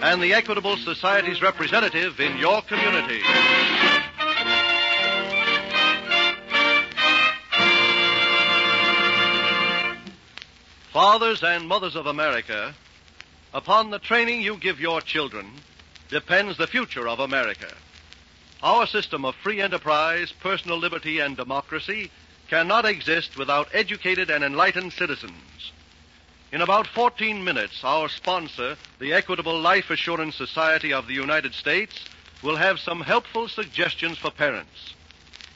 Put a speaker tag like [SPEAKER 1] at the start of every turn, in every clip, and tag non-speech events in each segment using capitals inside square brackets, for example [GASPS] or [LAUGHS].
[SPEAKER 1] and the Equitable Society's representative in your community. Fathers and mothers of America, upon the training you give your children depends the future of America. Our system of free enterprise, personal liberty, and democracy cannot exist without educated and enlightened citizens. In about 14 minutes, our sponsor, the Equitable Life Assurance Society of the United States, will have some helpful suggestions for parents.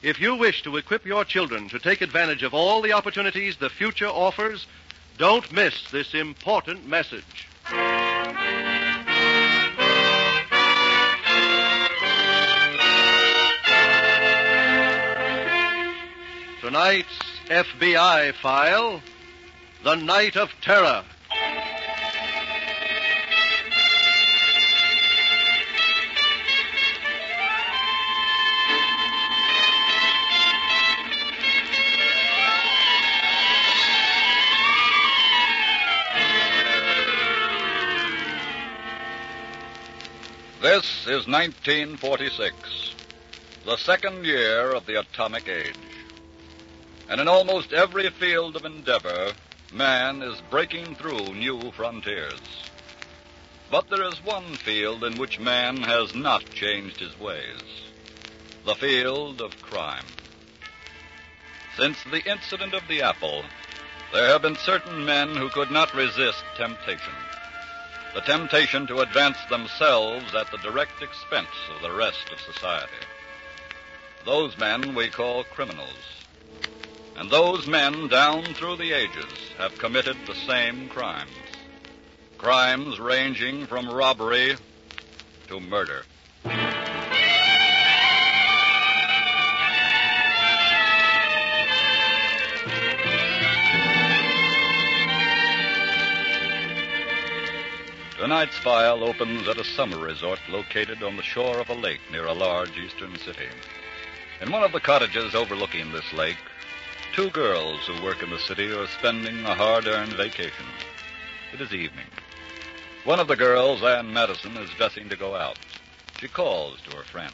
[SPEAKER 1] If you wish to equip your children to take advantage of all the opportunities the future offers, don't miss this important message. Tonight's FBI file The Night of Terror.
[SPEAKER 2] This is 1946, the second year of the atomic age. And in almost every field of endeavor, man is breaking through new frontiers. But there is one field in which man has not changed his ways the field of crime. Since the incident of the apple, there have been certain men who could not resist temptation. The temptation to advance themselves at the direct expense of the rest of society. Those men we call criminals. And those men down through the ages have committed the same crimes. Crimes ranging from robbery to murder. Tonight's file opens at a summer resort located on the shore of a lake near a large eastern city. In one of the cottages overlooking this lake, Two girls who work in the city are spending a hard earned vacation. It is evening. One of the girls, Ann Madison, is dressing to go out. She calls to her friend.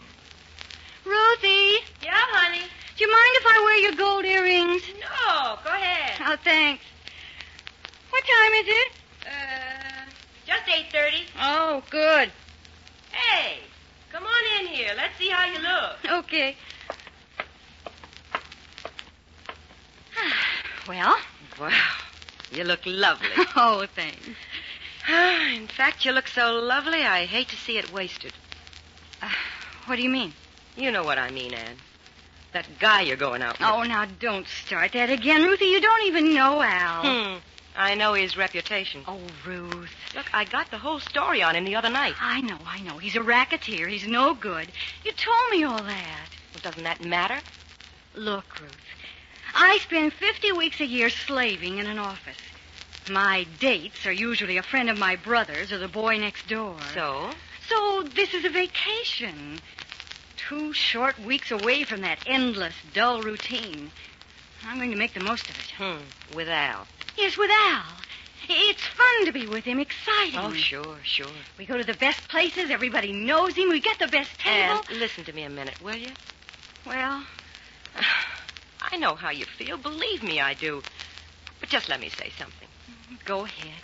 [SPEAKER 3] Ruthie,
[SPEAKER 4] Yeah, Oh, honey.
[SPEAKER 3] do you mind if I wear your gold earrings?
[SPEAKER 4] No, go ahead.
[SPEAKER 3] Oh, thanks. What time is it?
[SPEAKER 4] Uh, just eight thirty.
[SPEAKER 3] Oh, good.
[SPEAKER 4] Hey, come on in here. Let's see how you look.
[SPEAKER 3] Okay. [SIGHS] well? [LAUGHS]
[SPEAKER 4] Wow, [LAUGHS] you look lovely. [LAUGHS] Ah,
[SPEAKER 3] Oh, thanks.
[SPEAKER 4] In fact, you look so lovely. I hate to see it wasted.
[SPEAKER 3] Uh, what do you mean?
[SPEAKER 4] You know what I mean, Anne. That guy you're going out with.
[SPEAKER 3] Oh, now don't start that again, Ruthie. You don't even know Al.
[SPEAKER 4] Hmm. I know his reputation.
[SPEAKER 3] Oh, Ruth.
[SPEAKER 4] Look, I got the whole story on him the other night.
[SPEAKER 3] I know, I know. He's a racketeer. He's no good. You told me all that.
[SPEAKER 4] Well, doesn't that matter?
[SPEAKER 3] Look, Ruth, I spend 50 weeks a year slaving in an office. My dates are usually a friend of my brother's or the boy next door.
[SPEAKER 4] So?
[SPEAKER 3] So this is a vacation. Two short weeks away from that endless, dull routine. I'm going to make the most of it.
[SPEAKER 4] Hmm. With Al.
[SPEAKER 3] Yes, with Al. It's fun to be with him, exciting.
[SPEAKER 4] Oh, sure, sure.
[SPEAKER 3] We go to the best places, everybody knows him, we get the best table.
[SPEAKER 4] Anne, listen to me a minute, will [SIGHS] you?
[SPEAKER 3] Well,
[SPEAKER 4] I know how you feel. Believe me, I do. But just let me say something.
[SPEAKER 3] go ahead.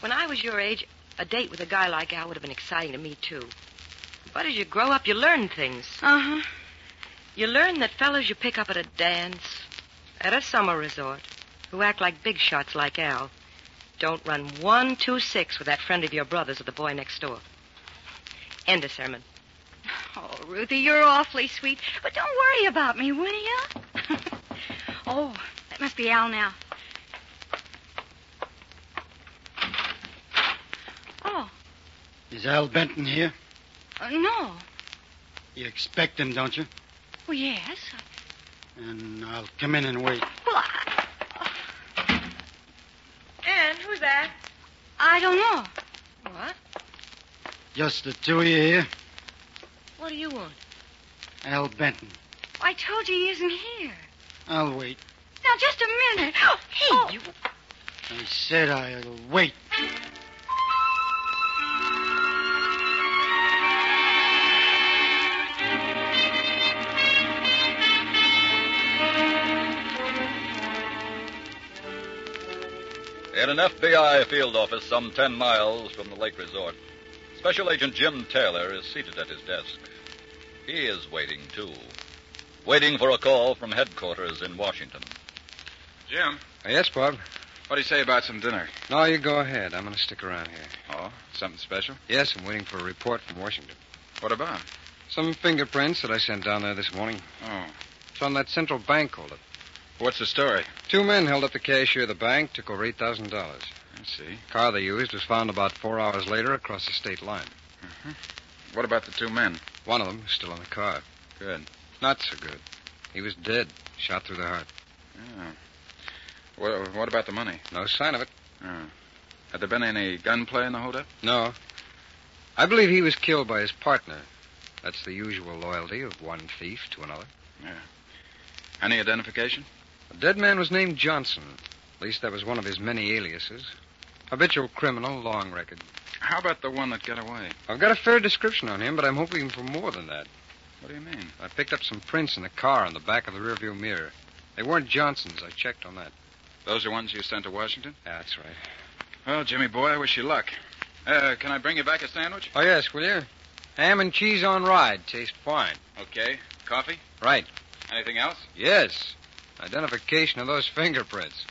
[SPEAKER 4] When I was your age, a date with a guy like Al would have been exciting to me, too. But as you grow up, you learn things.
[SPEAKER 3] Uh
[SPEAKER 4] Uh-huh.
[SPEAKER 3] huh.
[SPEAKER 4] You learn that fellows you pick up at a dance, at a summer resort, who act like big shots like Al, don't run 126 with that friend of your brother's or the boy next door. End of sermon.
[SPEAKER 3] Oh, Ruthie, you're awfully sweet. But don't worry about me, will you? [LAUGHS] oh, that must be Al now. Oh,
[SPEAKER 5] Is Al Benton here?
[SPEAKER 3] uh, no.
[SPEAKER 5] You expect him, don't you?
[SPEAKER 3] Well, yes.
[SPEAKER 5] And I'll come in and wait.
[SPEAKER 3] Well, I, uh,
[SPEAKER 4] And who's that?
[SPEAKER 3] I don't know.
[SPEAKER 4] What?
[SPEAKER 5] Just the two of you here?
[SPEAKER 4] What do you want?
[SPEAKER 5] Al Benton.
[SPEAKER 3] I told you he isn't here.
[SPEAKER 5] I'll wait.
[SPEAKER 3] Now, just a
[SPEAKER 4] [GASPS]
[SPEAKER 3] minute. Oh, hey, you.
[SPEAKER 5] I said I'll wait.
[SPEAKER 2] In an FBI field office some 10 miles from the lake resort, Special Agent Jim Taylor is seated at his desk. He is waiting, too. Waiting for a call from headquarters in Washington.
[SPEAKER 6] Jim,
[SPEAKER 7] Uh, Yes, Bob.
[SPEAKER 6] what do you say about some dinner?
[SPEAKER 7] No, you go ahead. I'm going to stick around here.
[SPEAKER 6] Oh, something special?
[SPEAKER 7] Yes, I'm waiting for a report from Washington.
[SPEAKER 6] What about?
[SPEAKER 7] Some fingerprints that I sent down there this morning.
[SPEAKER 6] Oh,
[SPEAKER 7] It's on that central bank holdup.
[SPEAKER 6] what's the story?
[SPEAKER 7] Two men held up the cashier of the bank, took over $8,000.
[SPEAKER 6] I see.
[SPEAKER 7] The car they used was found about four hours later across the state line.
[SPEAKER 6] What about the two men?
[SPEAKER 7] One of them is still in the car.
[SPEAKER 6] Good.
[SPEAKER 7] Not so good. He was dead, shot through the heart.
[SPEAKER 6] Yeah. What, Oh. what about the money?
[SPEAKER 7] No sign of it.
[SPEAKER 6] Oh. Had there been any gunplay in the holdup?
[SPEAKER 7] No. I believe he was killed by his partner. That's the usual loyalty of one thief to another.
[SPEAKER 6] Any identification?
[SPEAKER 7] The dead man was named Johnson. At least that was one of his many aliases. Habitual criminal, long record.
[SPEAKER 6] How about the one that got away?
[SPEAKER 7] I've got a fair description on him, but I'm hoping for more than that.
[SPEAKER 6] What do you mean?
[SPEAKER 7] I picked up some prints in the car on the back of the rearview mirror. They weren't Johnson's. I checked on that.
[SPEAKER 6] Those are ones you sent to Washington?
[SPEAKER 7] Yeah, that's right.
[SPEAKER 6] Well, Jimmy boy, I wish you luck. Uh, can I bring you back a sandwich?
[SPEAKER 7] Oh, yes, will you? Ham and cheese on ride. Taste fine.
[SPEAKER 6] Okay. Coffee?
[SPEAKER 7] Right.
[SPEAKER 6] Anything else?
[SPEAKER 7] Yes. Identification of those [LAUGHS] fingerprints.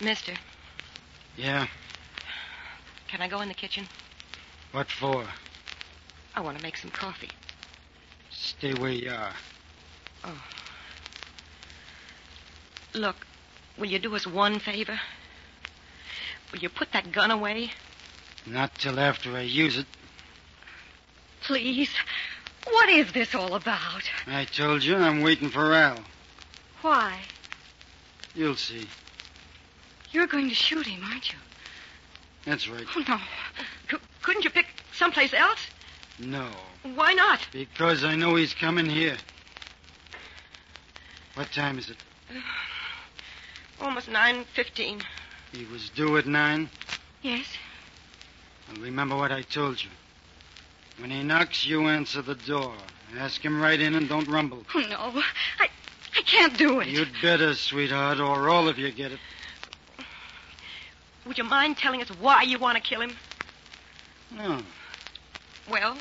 [SPEAKER 4] Mister,
[SPEAKER 5] Yeah.
[SPEAKER 4] can I go in the kitchen?
[SPEAKER 5] What for?
[SPEAKER 4] I want to make some coffee.
[SPEAKER 5] Stay where you are.
[SPEAKER 4] Look, will you do us one favor? Will you put that gun away?
[SPEAKER 5] Not till after I use it.
[SPEAKER 3] Please. What is this all about?
[SPEAKER 5] I told you I'm waiting for Al.
[SPEAKER 3] Why?
[SPEAKER 5] You'll see.
[SPEAKER 3] You're going to shoot him, aren't you?
[SPEAKER 5] That's right.
[SPEAKER 3] Oh, no.
[SPEAKER 4] C- couldn't you pick someplace else?
[SPEAKER 5] No.
[SPEAKER 4] Why not?
[SPEAKER 5] Because I know he's coming here. What time is it?
[SPEAKER 4] Almost 9.15.
[SPEAKER 5] He was due at nine.
[SPEAKER 3] Yes.
[SPEAKER 5] Well, remember what I told you. When he knocks, you answer the door. Ask him right in and don't rumble.
[SPEAKER 3] Oh, no. I, I can't do it.
[SPEAKER 5] You'd better, sweetheart, or all of you get it.
[SPEAKER 4] Would you mind telling us why you want to kill him?
[SPEAKER 5] No.
[SPEAKER 4] Well,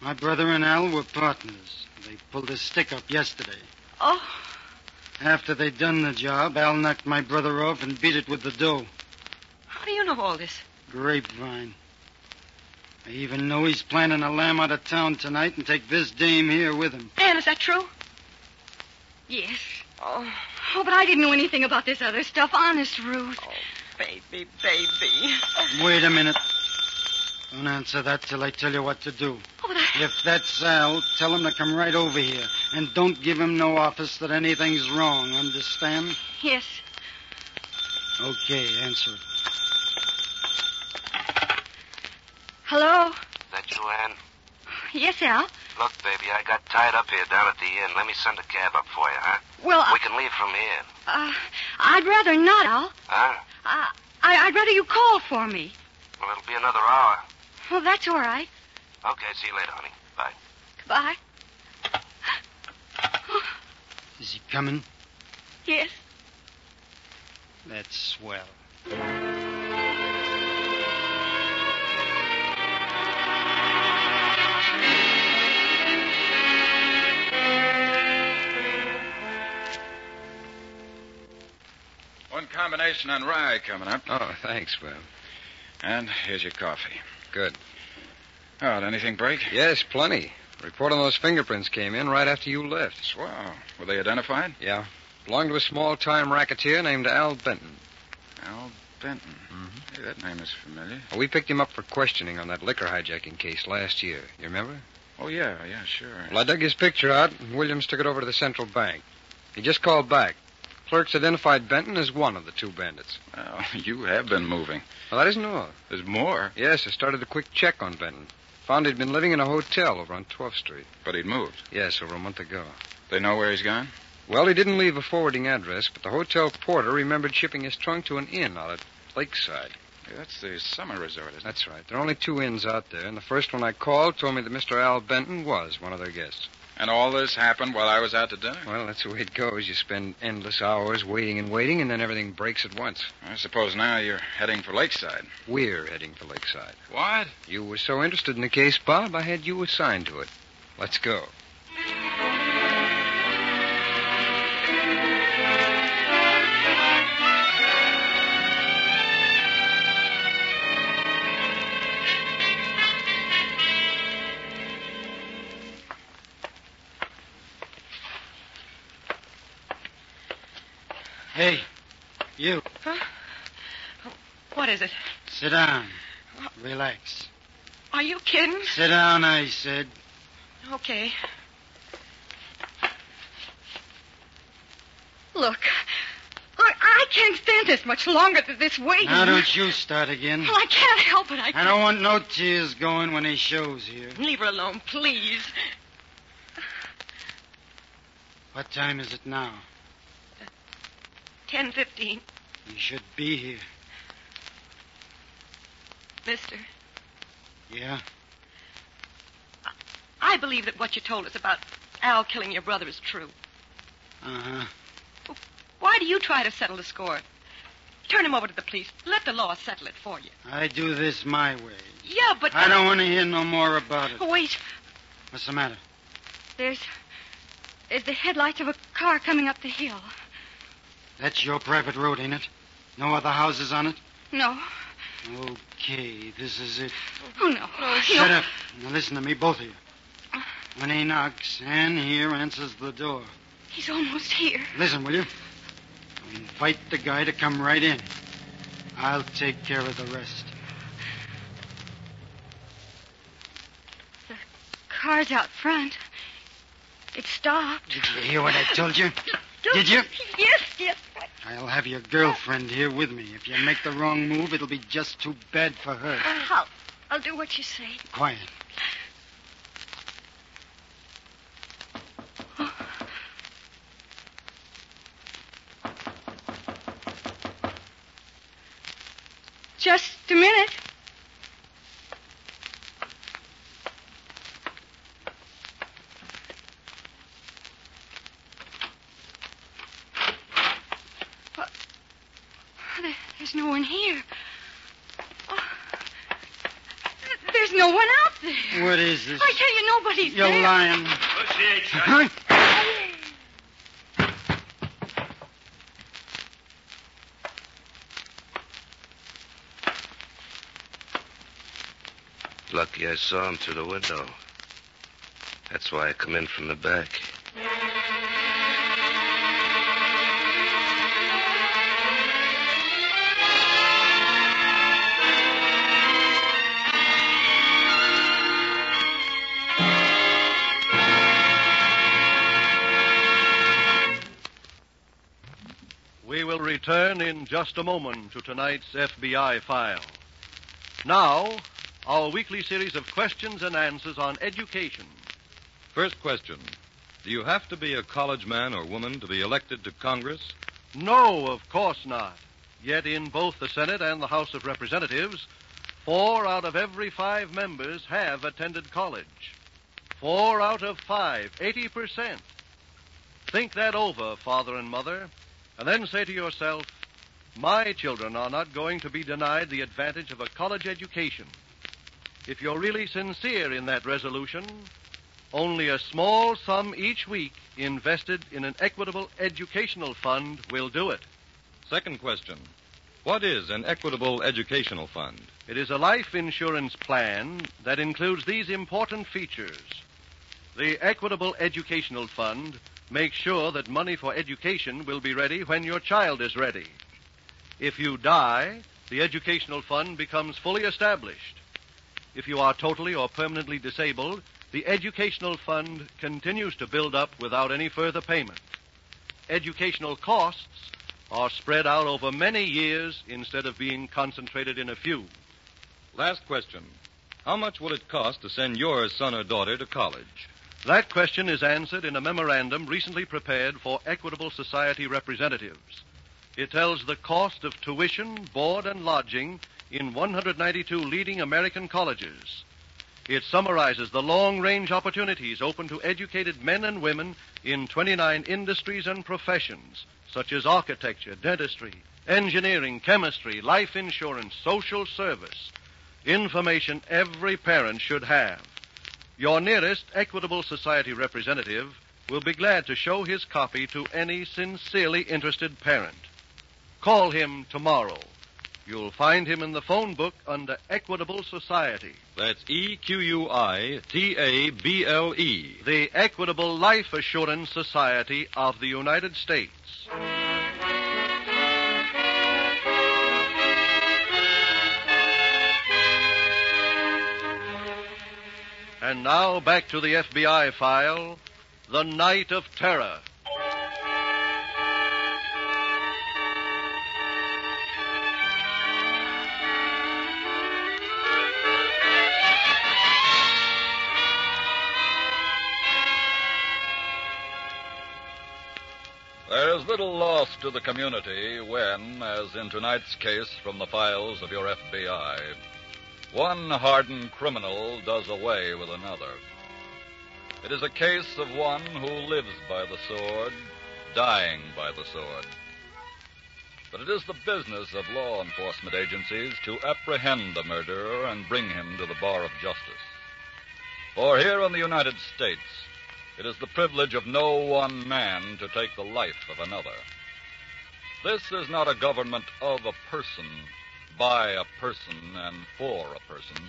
[SPEAKER 5] My brother and Al were partners. They pulled a stick up yesterday.
[SPEAKER 4] oh,
[SPEAKER 5] After they'd done the job, Al knocked my brother off and beat it with the dough.
[SPEAKER 4] how do you know all this?
[SPEAKER 5] Grapevine. I even know he's planning a lamb out of town tonight and take this dame here with him.
[SPEAKER 4] Anne, is that true?
[SPEAKER 3] Yes.
[SPEAKER 4] Oh,
[SPEAKER 3] Oh, but I didn't know anything about this other stuff. Honest, Ruth.
[SPEAKER 4] baby, baby.
[SPEAKER 5] Wait a minute. Don't answer that till I tell you what to do.
[SPEAKER 3] Oh, but I...
[SPEAKER 5] If that's Al, tell him to come right over here. And don't give him no office that anything's wrong, understand?
[SPEAKER 3] Yes.
[SPEAKER 5] Okay, answer it.
[SPEAKER 3] Hello?
[SPEAKER 8] That you, Ann?
[SPEAKER 3] Yes, Al?
[SPEAKER 8] Look, baby, I got tied up here down at the inn. Let me send a cab up for you, huh?
[SPEAKER 3] Well,
[SPEAKER 8] We can leave from here,
[SPEAKER 3] uh, I'd rather not, Al.
[SPEAKER 8] huh?
[SPEAKER 3] Uh, I, I'd rather you call for me.
[SPEAKER 8] Well, it'll be another hour.
[SPEAKER 3] Well, that's all right.
[SPEAKER 8] Okay, see you later, honey. Bye.
[SPEAKER 3] Goodbye.
[SPEAKER 5] Is he coming?
[SPEAKER 3] Yes.
[SPEAKER 5] That's swell.
[SPEAKER 6] One combination on rye coming up.
[SPEAKER 7] Oh, thanks, Bob.
[SPEAKER 6] And here's your coffee.
[SPEAKER 7] Good.
[SPEAKER 6] Oh, did anything break?
[SPEAKER 7] Yes, plenty. Report on those fingerprints came in right after you left.
[SPEAKER 6] Swell. Were they identified?
[SPEAKER 7] Yeah. Belonged to a small time racketeer named Al Benton.
[SPEAKER 6] Al Benton.
[SPEAKER 7] Mm-hmm.
[SPEAKER 6] Hey, that name is familiar.
[SPEAKER 7] We picked him up for questioning on that liquor hijacking case last year. You remember?
[SPEAKER 6] Oh, yeah, yeah, sure.
[SPEAKER 7] Well, I dug his picture out, and Williams took it over to the central bank. He just called back. Clerks identified Benton as one of the two bandits.
[SPEAKER 6] Well, [LAUGHS] you have been moving.
[SPEAKER 7] Well, that isn't all.
[SPEAKER 6] There's more.
[SPEAKER 7] Yes, I started a quick check on Benton. Found he'd been living in a hotel over on 12th Street.
[SPEAKER 6] But he'd moved.
[SPEAKER 7] Yes, over a month ago.
[SPEAKER 6] They know where he's gone?
[SPEAKER 7] Well, he didn't leave a forwarding address, but the hotel porter remembered shipping his trunk to an inn out at Lakeside.
[SPEAKER 6] Yeah, that's the summer resort, isn't it?
[SPEAKER 7] That's right. There are only two inns out there, and the first one I called told me that Mr. Al Benton was one of their guests.
[SPEAKER 6] And all this happened while I was out to dinner?
[SPEAKER 7] Well, that's the way it goes. You spend endless hours waiting and waiting, and then everything breaks at once.
[SPEAKER 6] I suppose now you're heading for Lakeside.
[SPEAKER 7] We're heading for Lakeside.
[SPEAKER 6] What?
[SPEAKER 7] You were so interested in the case, Bob, I had you assigned to it. Let's go.
[SPEAKER 5] Hey, you,
[SPEAKER 4] What is it?
[SPEAKER 5] sit down. Relax.
[SPEAKER 4] Are you kidding?
[SPEAKER 5] Sit down, I said.
[SPEAKER 4] Okay.
[SPEAKER 3] Look. Look, I can't stand this much longer than this waiting.
[SPEAKER 5] Now don't you start again.
[SPEAKER 3] Well, I can't help it. I,
[SPEAKER 5] I don't want no tears going when he shows here.
[SPEAKER 4] Leave her alone, please.
[SPEAKER 5] What time is it now?
[SPEAKER 4] Ten fifteen,
[SPEAKER 5] You should be here.
[SPEAKER 4] mister.
[SPEAKER 5] Yeah?
[SPEAKER 4] I believe that what you told us about Al killing your brother is true.
[SPEAKER 5] Uh-huh.
[SPEAKER 4] Why do you try to settle the score? Turn him over to the police. Let the law settle it for you.
[SPEAKER 5] I do this my way.
[SPEAKER 4] Yeah, but
[SPEAKER 5] I don't want to hear no more about it.
[SPEAKER 4] Wait.
[SPEAKER 5] What's the matter?
[SPEAKER 3] There's, there's the headlights of a car coming up the hill.
[SPEAKER 5] That's your private road, ain't it? No other houses on it?
[SPEAKER 3] No.
[SPEAKER 5] Okay, this is it.
[SPEAKER 3] Oh, no. No,
[SPEAKER 5] Shut up. Now listen to me, both of you. When he knocks, Ann here answers the door.
[SPEAKER 3] He's almost here.
[SPEAKER 5] Listen, will you? Invite the guy to come right in. I'll take care of the rest.
[SPEAKER 3] Car's out front. It stopped.
[SPEAKER 5] Did you hear what I told you? Did you? Uh.
[SPEAKER 3] Yes, yes.
[SPEAKER 5] I'll have your girlfriend here with me. If you make the wrong move, it'll be just too bad for her.
[SPEAKER 3] I'll, I'll do what you say.
[SPEAKER 5] Quiet.
[SPEAKER 3] [GASPS] Just a minute. But there- There's no one here. Oh, th- There's no one out there.
[SPEAKER 5] What is this?
[SPEAKER 3] I tell you, nobody's
[SPEAKER 5] You're
[SPEAKER 3] there.
[SPEAKER 5] lying. [LAUGHS] Huh?
[SPEAKER 8] Lucky I saw him through the window. That's why I come in from the back.
[SPEAKER 1] We will return in just a moment to tonight's FBI file. Now, our weekly series of questions and answers on education.
[SPEAKER 2] First question Do you have to be a college man or woman to be elected to Congress?
[SPEAKER 1] No, of course not. Yet in both the Senate and the House of Representatives, four out of every five members have attended college. Four out of five, 80%. Think that over, father and mother, and then say to yourself, my children are not going to be denied the advantage of a college education. If you're really sincere in that resolution, only a small sum each week invested in an equitable educational fund will do it.
[SPEAKER 9] Second question What is an equitable educational fund?
[SPEAKER 1] It is a life insurance plan that includes these important features. The Equitable Educational Fund makes sure that money for education will be ready when your child is ready. If you die, the educational fund becomes fully established. If you are totally or permanently disabled, the educational fund continues to build up without any further payment. Educational costs are spread out over many years instead of being concentrated in a few.
[SPEAKER 9] Last question How much will it cost to send your son or daughter to college?
[SPEAKER 1] That question is answered in a memorandum recently prepared for Equitable Society representatives. It tells the cost of tuition, board, and lodging in 192 leading American colleges. It summarizes the long range opportunities open to educated men and women in 29 industries and professions, such as architecture, dentistry, engineering, chemistry, life insurance, social service. Information every parent should have. Your nearest Equitable Society representative will be glad to show his copy to any sincerely interested parent. Call him tomorrow. You'll find him in the phone book under Equitable Society.
[SPEAKER 9] That's E Q U I T A B L E.
[SPEAKER 1] The Equitable Life Assurance Society of the United States. And now back to the FBI file The Night of Terror.
[SPEAKER 2] There's little loss to the community when, as in tonight's case from the files of your FBI, one hardened criminal does away with another. It is a case of one who lives by the sword, dying by the sword. But it is the business of law enforcement agencies to apprehend the murderer and bring him to the bar of justice. For here in the United States, it is the privilege of no one man to take the life of another. This is not a government of a person, by a person, and for a person,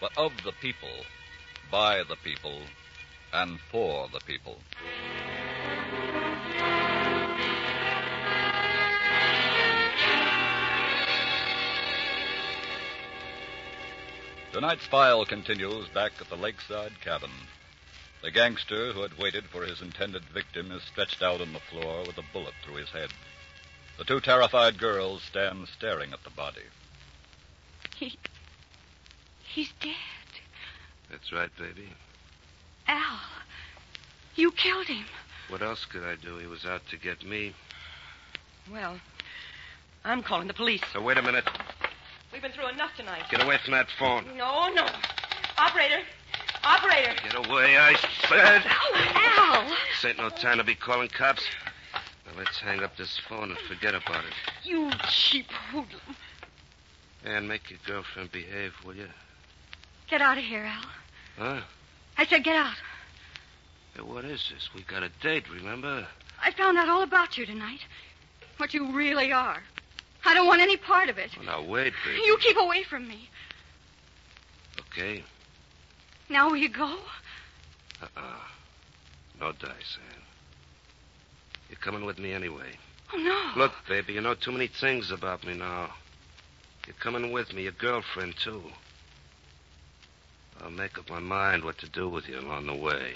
[SPEAKER 2] but of the people, by the people, and for the people. Tonight's file continues back at the lakeside cabin. The gangster who had waited for his intended victim is stretched out on the floor with a bullet through his head. The two terrified girls stand staring at the body.
[SPEAKER 3] He. He's dead.
[SPEAKER 8] That's right, baby.
[SPEAKER 3] Al, you killed him.
[SPEAKER 8] What else could I do? He was out to get me.
[SPEAKER 4] Well, I'm calling the police.
[SPEAKER 8] So wait a minute.
[SPEAKER 4] We've been through enough tonight.
[SPEAKER 8] Get away from that phone.
[SPEAKER 4] No, no. Operator. Operator.
[SPEAKER 8] Get away, I said.
[SPEAKER 3] Al!
[SPEAKER 8] This ain't no time to be calling cops. Now let's hang up this phone and forget about it.
[SPEAKER 3] You cheap hoodlum.
[SPEAKER 8] And make your girlfriend behave, will you?
[SPEAKER 3] Get out of here, Al.
[SPEAKER 8] Huh?
[SPEAKER 3] I said get out.
[SPEAKER 8] Hey, what is this? We got a date, remember?
[SPEAKER 3] I found out all about you tonight. What you really are. I don't want any part of it.
[SPEAKER 8] Well, now wait, baby.
[SPEAKER 3] You keep away from me.
[SPEAKER 8] Okay.
[SPEAKER 3] Now will you go?
[SPEAKER 8] Uh-uh. No dice, Ann. You're coming with me anyway.
[SPEAKER 3] Oh, no.
[SPEAKER 8] Look, baby, you know too many things about me now. You're coming with me, your girlfriend, too. I'll make up my mind what to do with you along the way.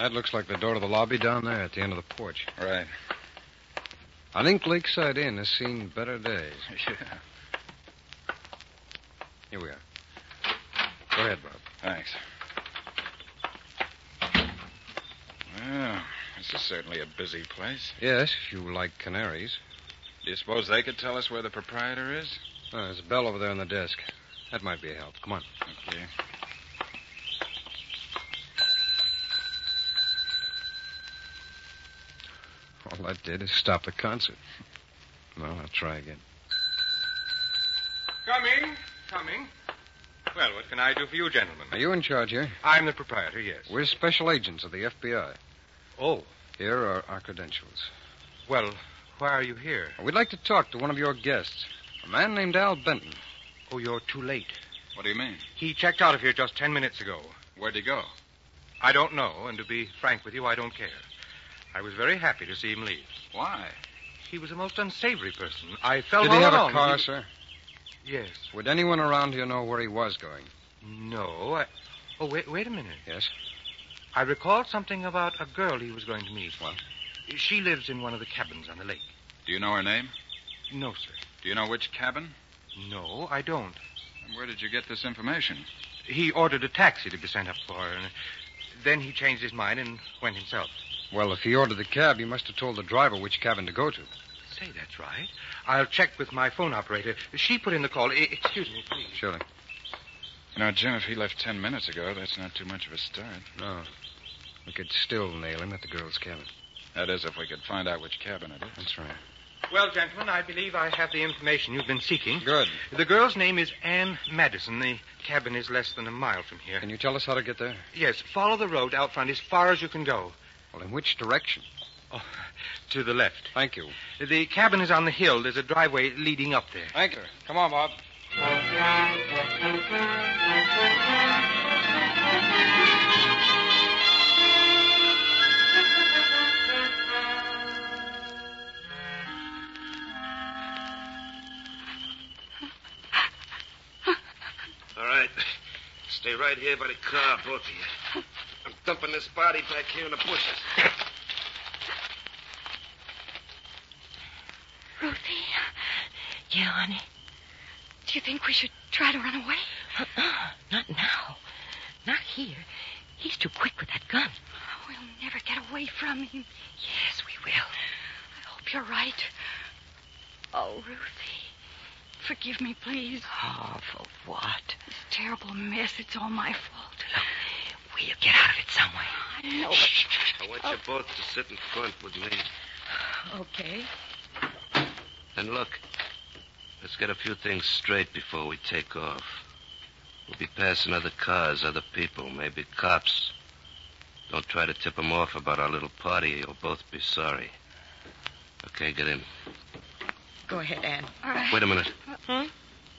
[SPEAKER 7] That looks like the door to the lobby down there at the end of the porch.
[SPEAKER 2] [LAUGHS]
[SPEAKER 6] Right.
[SPEAKER 7] I think Lakeside Inn has seen better days.
[SPEAKER 6] yeah.
[SPEAKER 7] Here we are. Go ahead, Bob.
[SPEAKER 6] Thanks. Well, this is certainly a busy place.
[SPEAKER 7] Yes, if you like canaries.
[SPEAKER 6] Do you suppose they could tell us where the proprietor is?
[SPEAKER 7] Oh, there's a bell over there on the desk. That might be a help. Come on.
[SPEAKER 6] Okay.
[SPEAKER 7] All that did is stop the concert. Well, I'll try again.
[SPEAKER 10] Coming, coming. Well, what can I do for you, gentlemen?
[SPEAKER 7] Are you in charge here?
[SPEAKER 10] I'm the proprietor, yes.
[SPEAKER 7] We're special agents of the FBI.
[SPEAKER 10] Oh,
[SPEAKER 7] Here are our credentials.
[SPEAKER 10] well, why are you here?
[SPEAKER 7] We'd like to talk to one of your guests, a man named Al Benton.
[SPEAKER 10] Oh, you're too late.
[SPEAKER 6] What do you mean?
[SPEAKER 10] He checked out of here just ten minutes ago.
[SPEAKER 6] Where'd he go?
[SPEAKER 10] I don't know, and to be frank with you, I don't care. I was very happy to see him leave.
[SPEAKER 6] Why?
[SPEAKER 10] He was a most unsavory person. I felt
[SPEAKER 7] Did
[SPEAKER 10] all
[SPEAKER 7] he have
[SPEAKER 10] alone
[SPEAKER 7] a car,
[SPEAKER 10] he-
[SPEAKER 7] sir?
[SPEAKER 10] Yes.
[SPEAKER 7] Would anyone around here know where he was going?
[SPEAKER 10] No, I... Oh, wait, wait a minute.
[SPEAKER 7] Yes.
[SPEAKER 10] I recalled something about a girl he was going to meet.
[SPEAKER 7] What?
[SPEAKER 10] She lives in one of the cabins on the lake.
[SPEAKER 6] Do you know her name?
[SPEAKER 10] No, sir.
[SPEAKER 6] Do you know which cabin?
[SPEAKER 10] No, I don't.
[SPEAKER 6] And where did you get this information?
[SPEAKER 10] He ordered a taxi to be sent up for her, and then he changed his mind and went himself.
[SPEAKER 7] Well, if he ordered the cab, he must have told the driver which cabin to go to.
[SPEAKER 10] Say, that's right. I'll check with my phone operator. She put in the call. E- excuse me, please.
[SPEAKER 7] Surely.
[SPEAKER 6] You know, Jim, if he left ten minutes ago, that's not too much of a start.
[SPEAKER 7] No. We could still nail him at the girl's cabin.
[SPEAKER 6] That is, if we could find out which cabin it is.
[SPEAKER 7] That's right.
[SPEAKER 10] Well, gentlemen, I believe I have the information you've been seeking.
[SPEAKER 7] Good.
[SPEAKER 10] The girl's name is Anne Madison. The cabin is less than a mile from here.
[SPEAKER 7] Can you tell us how to get there?
[SPEAKER 10] Yes, follow the road out front as far as you can go.
[SPEAKER 7] Well, in which direction?
[SPEAKER 10] Oh, to the left.
[SPEAKER 7] Thank you.
[SPEAKER 10] The cabin is on the hill. There's a driveway leading up there.
[SPEAKER 7] Thank you. Come on, Bob.
[SPEAKER 8] All right. Stay right here by the car, both of you. I'm dumping this body back here in the bushes.
[SPEAKER 3] Ruthie.
[SPEAKER 4] Yeah, honey.
[SPEAKER 3] Do you think we should try to run away?
[SPEAKER 4] Uh-uh. Not now. Not here. He's too quick with that gun.
[SPEAKER 3] We'll never get away from him.
[SPEAKER 4] Yes, we will.
[SPEAKER 3] I hope you're right. Oh, Ruthie. Forgive me, please.
[SPEAKER 4] Oh, for what?
[SPEAKER 3] This terrible mess, it's all my fault.
[SPEAKER 4] We'll get out of it some way.
[SPEAKER 3] I know, Oh, but
[SPEAKER 8] I want you both to sit in front with me.
[SPEAKER 4] Okay.
[SPEAKER 8] And look, let's get a few things straight before we take off. We'll be passing other cars, other people, maybe cops. Don't try to tip 'em off about our little party. You'll both be sorry. Okay, get in.
[SPEAKER 4] Go ahead, Anne.
[SPEAKER 3] all right.
[SPEAKER 8] Wait a minute.
[SPEAKER 4] Hmm?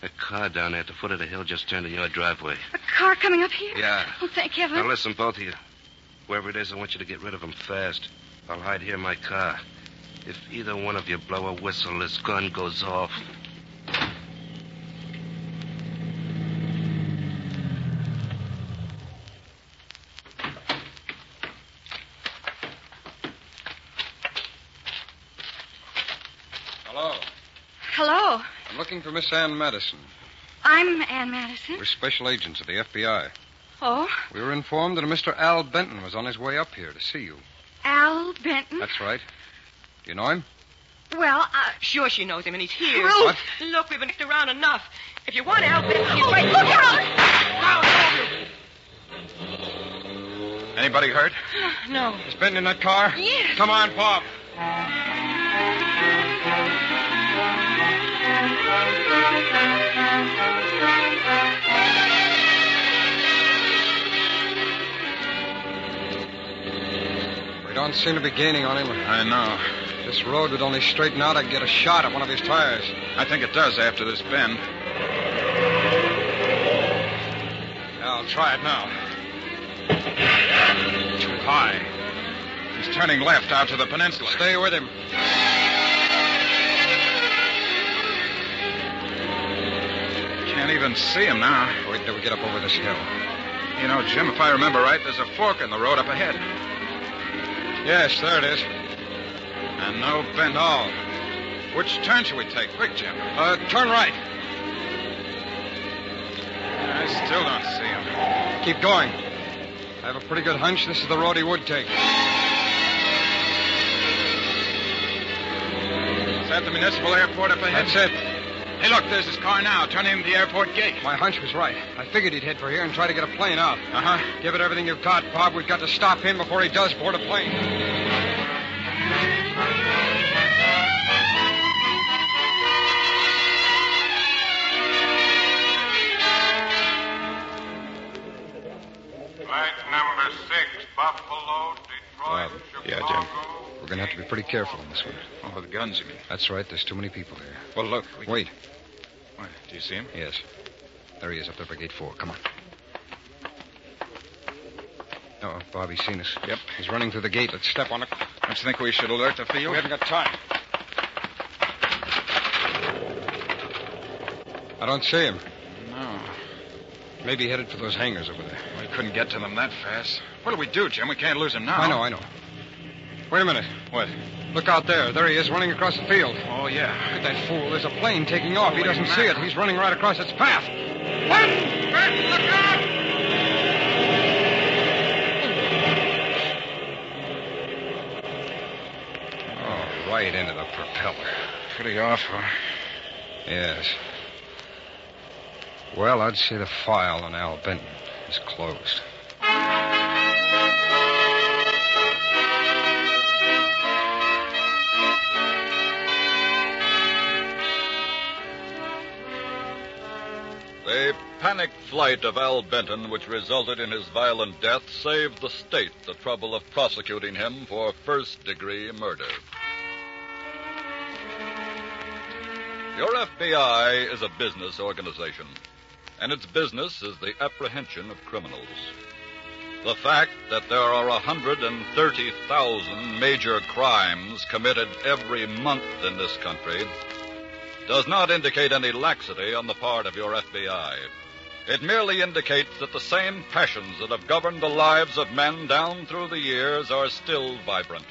[SPEAKER 8] A car down there at the foot of the hill just turned in your driveway.
[SPEAKER 3] A car coming up here?
[SPEAKER 8] Yeah.
[SPEAKER 3] Oh, thank heaven.
[SPEAKER 8] Now listen, both of you. Whoever it is, I want you to get rid of him fast. I'll hide here in my car. If either one of you blow a whistle, this gun goes off.
[SPEAKER 7] Hello.
[SPEAKER 3] Hello.
[SPEAKER 7] I'm looking for Miss Ann Madison.
[SPEAKER 3] I'm Ann Madison.
[SPEAKER 7] We're special agents of the FBI.
[SPEAKER 3] Oh,
[SPEAKER 7] We were informed that a Mr. Al Benton was on his way up here to see you.
[SPEAKER 3] Al Benton.
[SPEAKER 7] That's right. Do you know him?
[SPEAKER 3] Well, uh, I...
[SPEAKER 4] Sure she knows him, and he's here.
[SPEAKER 3] Ruth!
[SPEAKER 7] What?
[SPEAKER 4] Look, we've been kicked around enough. If you want Al Benton, he's right...
[SPEAKER 3] Oh, Look out!
[SPEAKER 6] Anybody hurt?
[SPEAKER 4] No.
[SPEAKER 7] Is Benton in that car?
[SPEAKER 4] Yes.
[SPEAKER 7] Come on, Bob. We don't seem to be gaining on him.
[SPEAKER 6] I know.
[SPEAKER 7] This road would only straighten out. I'd get a shot at one of his tires.
[SPEAKER 6] I think it does after this bend.
[SPEAKER 7] Now, I'll try it now.
[SPEAKER 6] Too high. He's turning left out to the peninsula.
[SPEAKER 7] Stay with him.
[SPEAKER 6] Can't even see him now.
[SPEAKER 7] Wait till we get up over this hill.
[SPEAKER 6] You know, Jim, if I remember right, there's a fork in the road up ahead.
[SPEAKER 7] Yes, there it is.
[SPEAKER 6] And no bend.
[SPEAKER 7] No.
[SPEAKER 6] Which turn should we take? Quick, Jim. Uh, turn right. I still don't see him.
[SPEAKER 7] Keep going. I have a pretty good hunch this is the road he would take.
[SPEAKER 6] Is that the municipal airport up ahead?
[SPEAKER 7] That's it.
[SPEAKER 6] Hey, look, there's his car now. Turn in the airport gate.
[SPEAKER 7] My hunch was right. I figured he'd head for here and try to get a plane out.
[SPEAKER 6] Uh huh.
[SPEAKER 7] Give it everything you've got, Bob. We've got to stop him before he does board a plane.
[SPEAKER 11] Flight number six, Buffalo, Detroit,
[SPEAKER 6] Yeah,
[SPEAKER 11] Chicago.
[SPEAKER 6] Jim.
[SPEAKER 7] Um, We're going to have to be pretty careful on this one.
[SPEAKER 6] Oh, the guns, you mean?
[SPEAKER 7] That's right. There's too many people here.
[SPEAKER 6] Well, look. We...
[SPEAKER 7] Wait.
[SPEAKER 6] Wait, Do you see him?
[SPEAKER 7] Yes. There he is up there by gate four. Come on. Oh, Bobby's seen us.
[SPEAKER 6] Yep.
[SPEAKER 7] He's running through the gate. Let's step on it.
[SPEAKER 6] Don't you think we should alert the field?
[SPEAKER 7] We haven't got time. I don't see him.
[SPEAKER 6] No.
[SPEAKER 7] Maybe headed for those hangars over there.
[SPEAKER 6] We couldn't get to them that fast. What'll we do, Jim? We can't lose him now.
[SPEAKER 7] I know, I know. Wait a minute.
[SPEAKER 6] What?
[SPEAKER 7] Look out there. There he is running across the field.
[SPEAKER 6] Oh, yeah.
[SPEAKER 7] Look at that fool. There's a plane taking off. he
[SPEAKER 6] Holy
[SPEAKER 7] doesn't see it.
[SPEAKER 6] mackerel.
[SPEAKER 7] He's running right across its path. Oh, right into the propeller.
[SPEAKER 6] Pretty awful.
[SPEAKER 7] Yes. Well, I'd say the file on Al Benton is closed.
[SPEAKER 2] The panicked flight of Al Benton, which resulted in his violent death, saved the state the trouble of prosecuting him for first degree murder. Your FBI is a business organization, and its business is the apprehension of criminals. The fact that there are 130,000 major crimes committed every month in this country does not indicate any laxity on the part of your FBI. It merely indicates that the same passions that have governed the lives of men down through the years are still vibrant.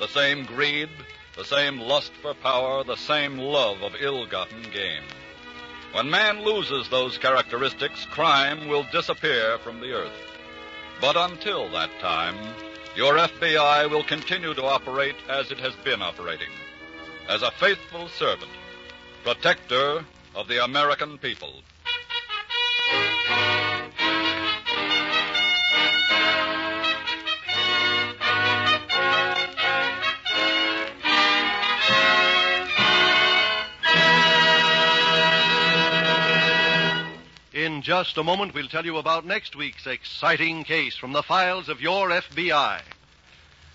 [SPEAKER 2] The same greed, the same lust for power, the same love of ill gotten gain. When man loses those characteristics, crime will disappear from the earth. But until that time, your FBI will continue to operate as it has been operating as a faithful servant protector of the American people.
[SPEAKER 1] In just a moment, we'll tell you about next week's exciting case from the files of your FBI.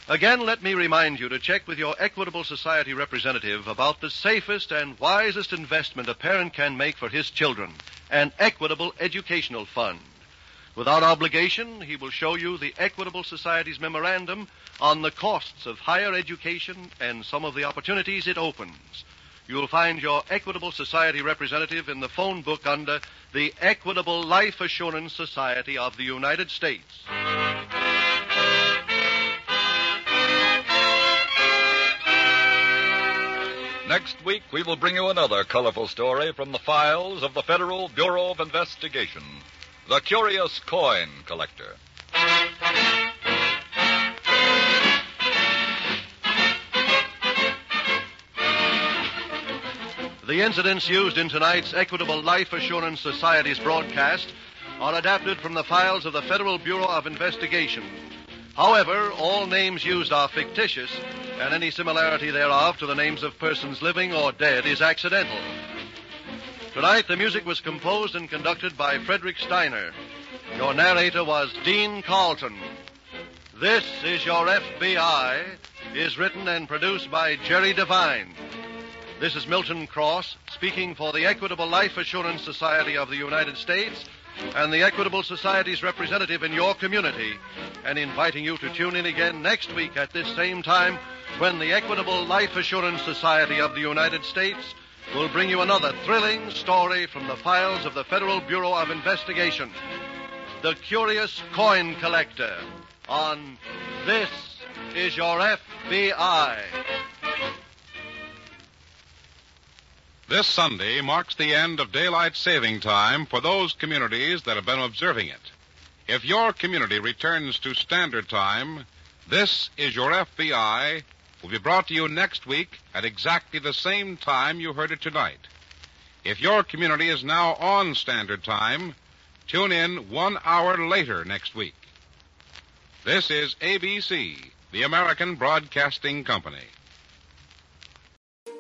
[SPEAKER 1] Again, let me remind you to check with your Equitable Society representative about the safest and wisest investment a parent can make for his children an Equitable Educational Fund. Without obligation, he will show you the Equitable Society's memorandum on the costs of higher education and some of the opportunities it opens. You'll find your Equitable Society representative in the phone book under the Equitable Life Assurance Society of the United States.
[SPEAKER 2] Next week, we will bring you another colorful story from the files of the Federal Bureau of Investigation The Curious Coin Collector.
[SPEAKER 1] The incidents used in tonight's Equitable Life Assurance Society's broadcast are adapted from the files of the Federal Bureau of Investigation. However, all names used are fictitious, and any similarity thereof to the names of persons living or dead is accidental. Tonight, the music was composed and conducted by Frederick Steiner. Your narrator was Dean Carlton. This is Your FBI is written and produced by Jerry Devine. This is Milton Cross speaking for the Equitable Life Assurance Society of the United States and the Equitable Society's representative in your community, and inviting you to tune in again next week at this same time when the Equitable Life Assurance Society of the United States will bring you another thrilling story from the files of the Federal Bureau of Investigation The Curious Coin Collector on This Is Your FBI.
[SPEAKER 12] This Sunday marks the end of daylight saving time for those communities that have been observing it. If your community returns to standard time, this is your FBI will be brought to you next week at exactly the same time you heard it tonight. If your community is now on standard time, tune in one hour later next week. This is ABC, the American Broadcasting Company.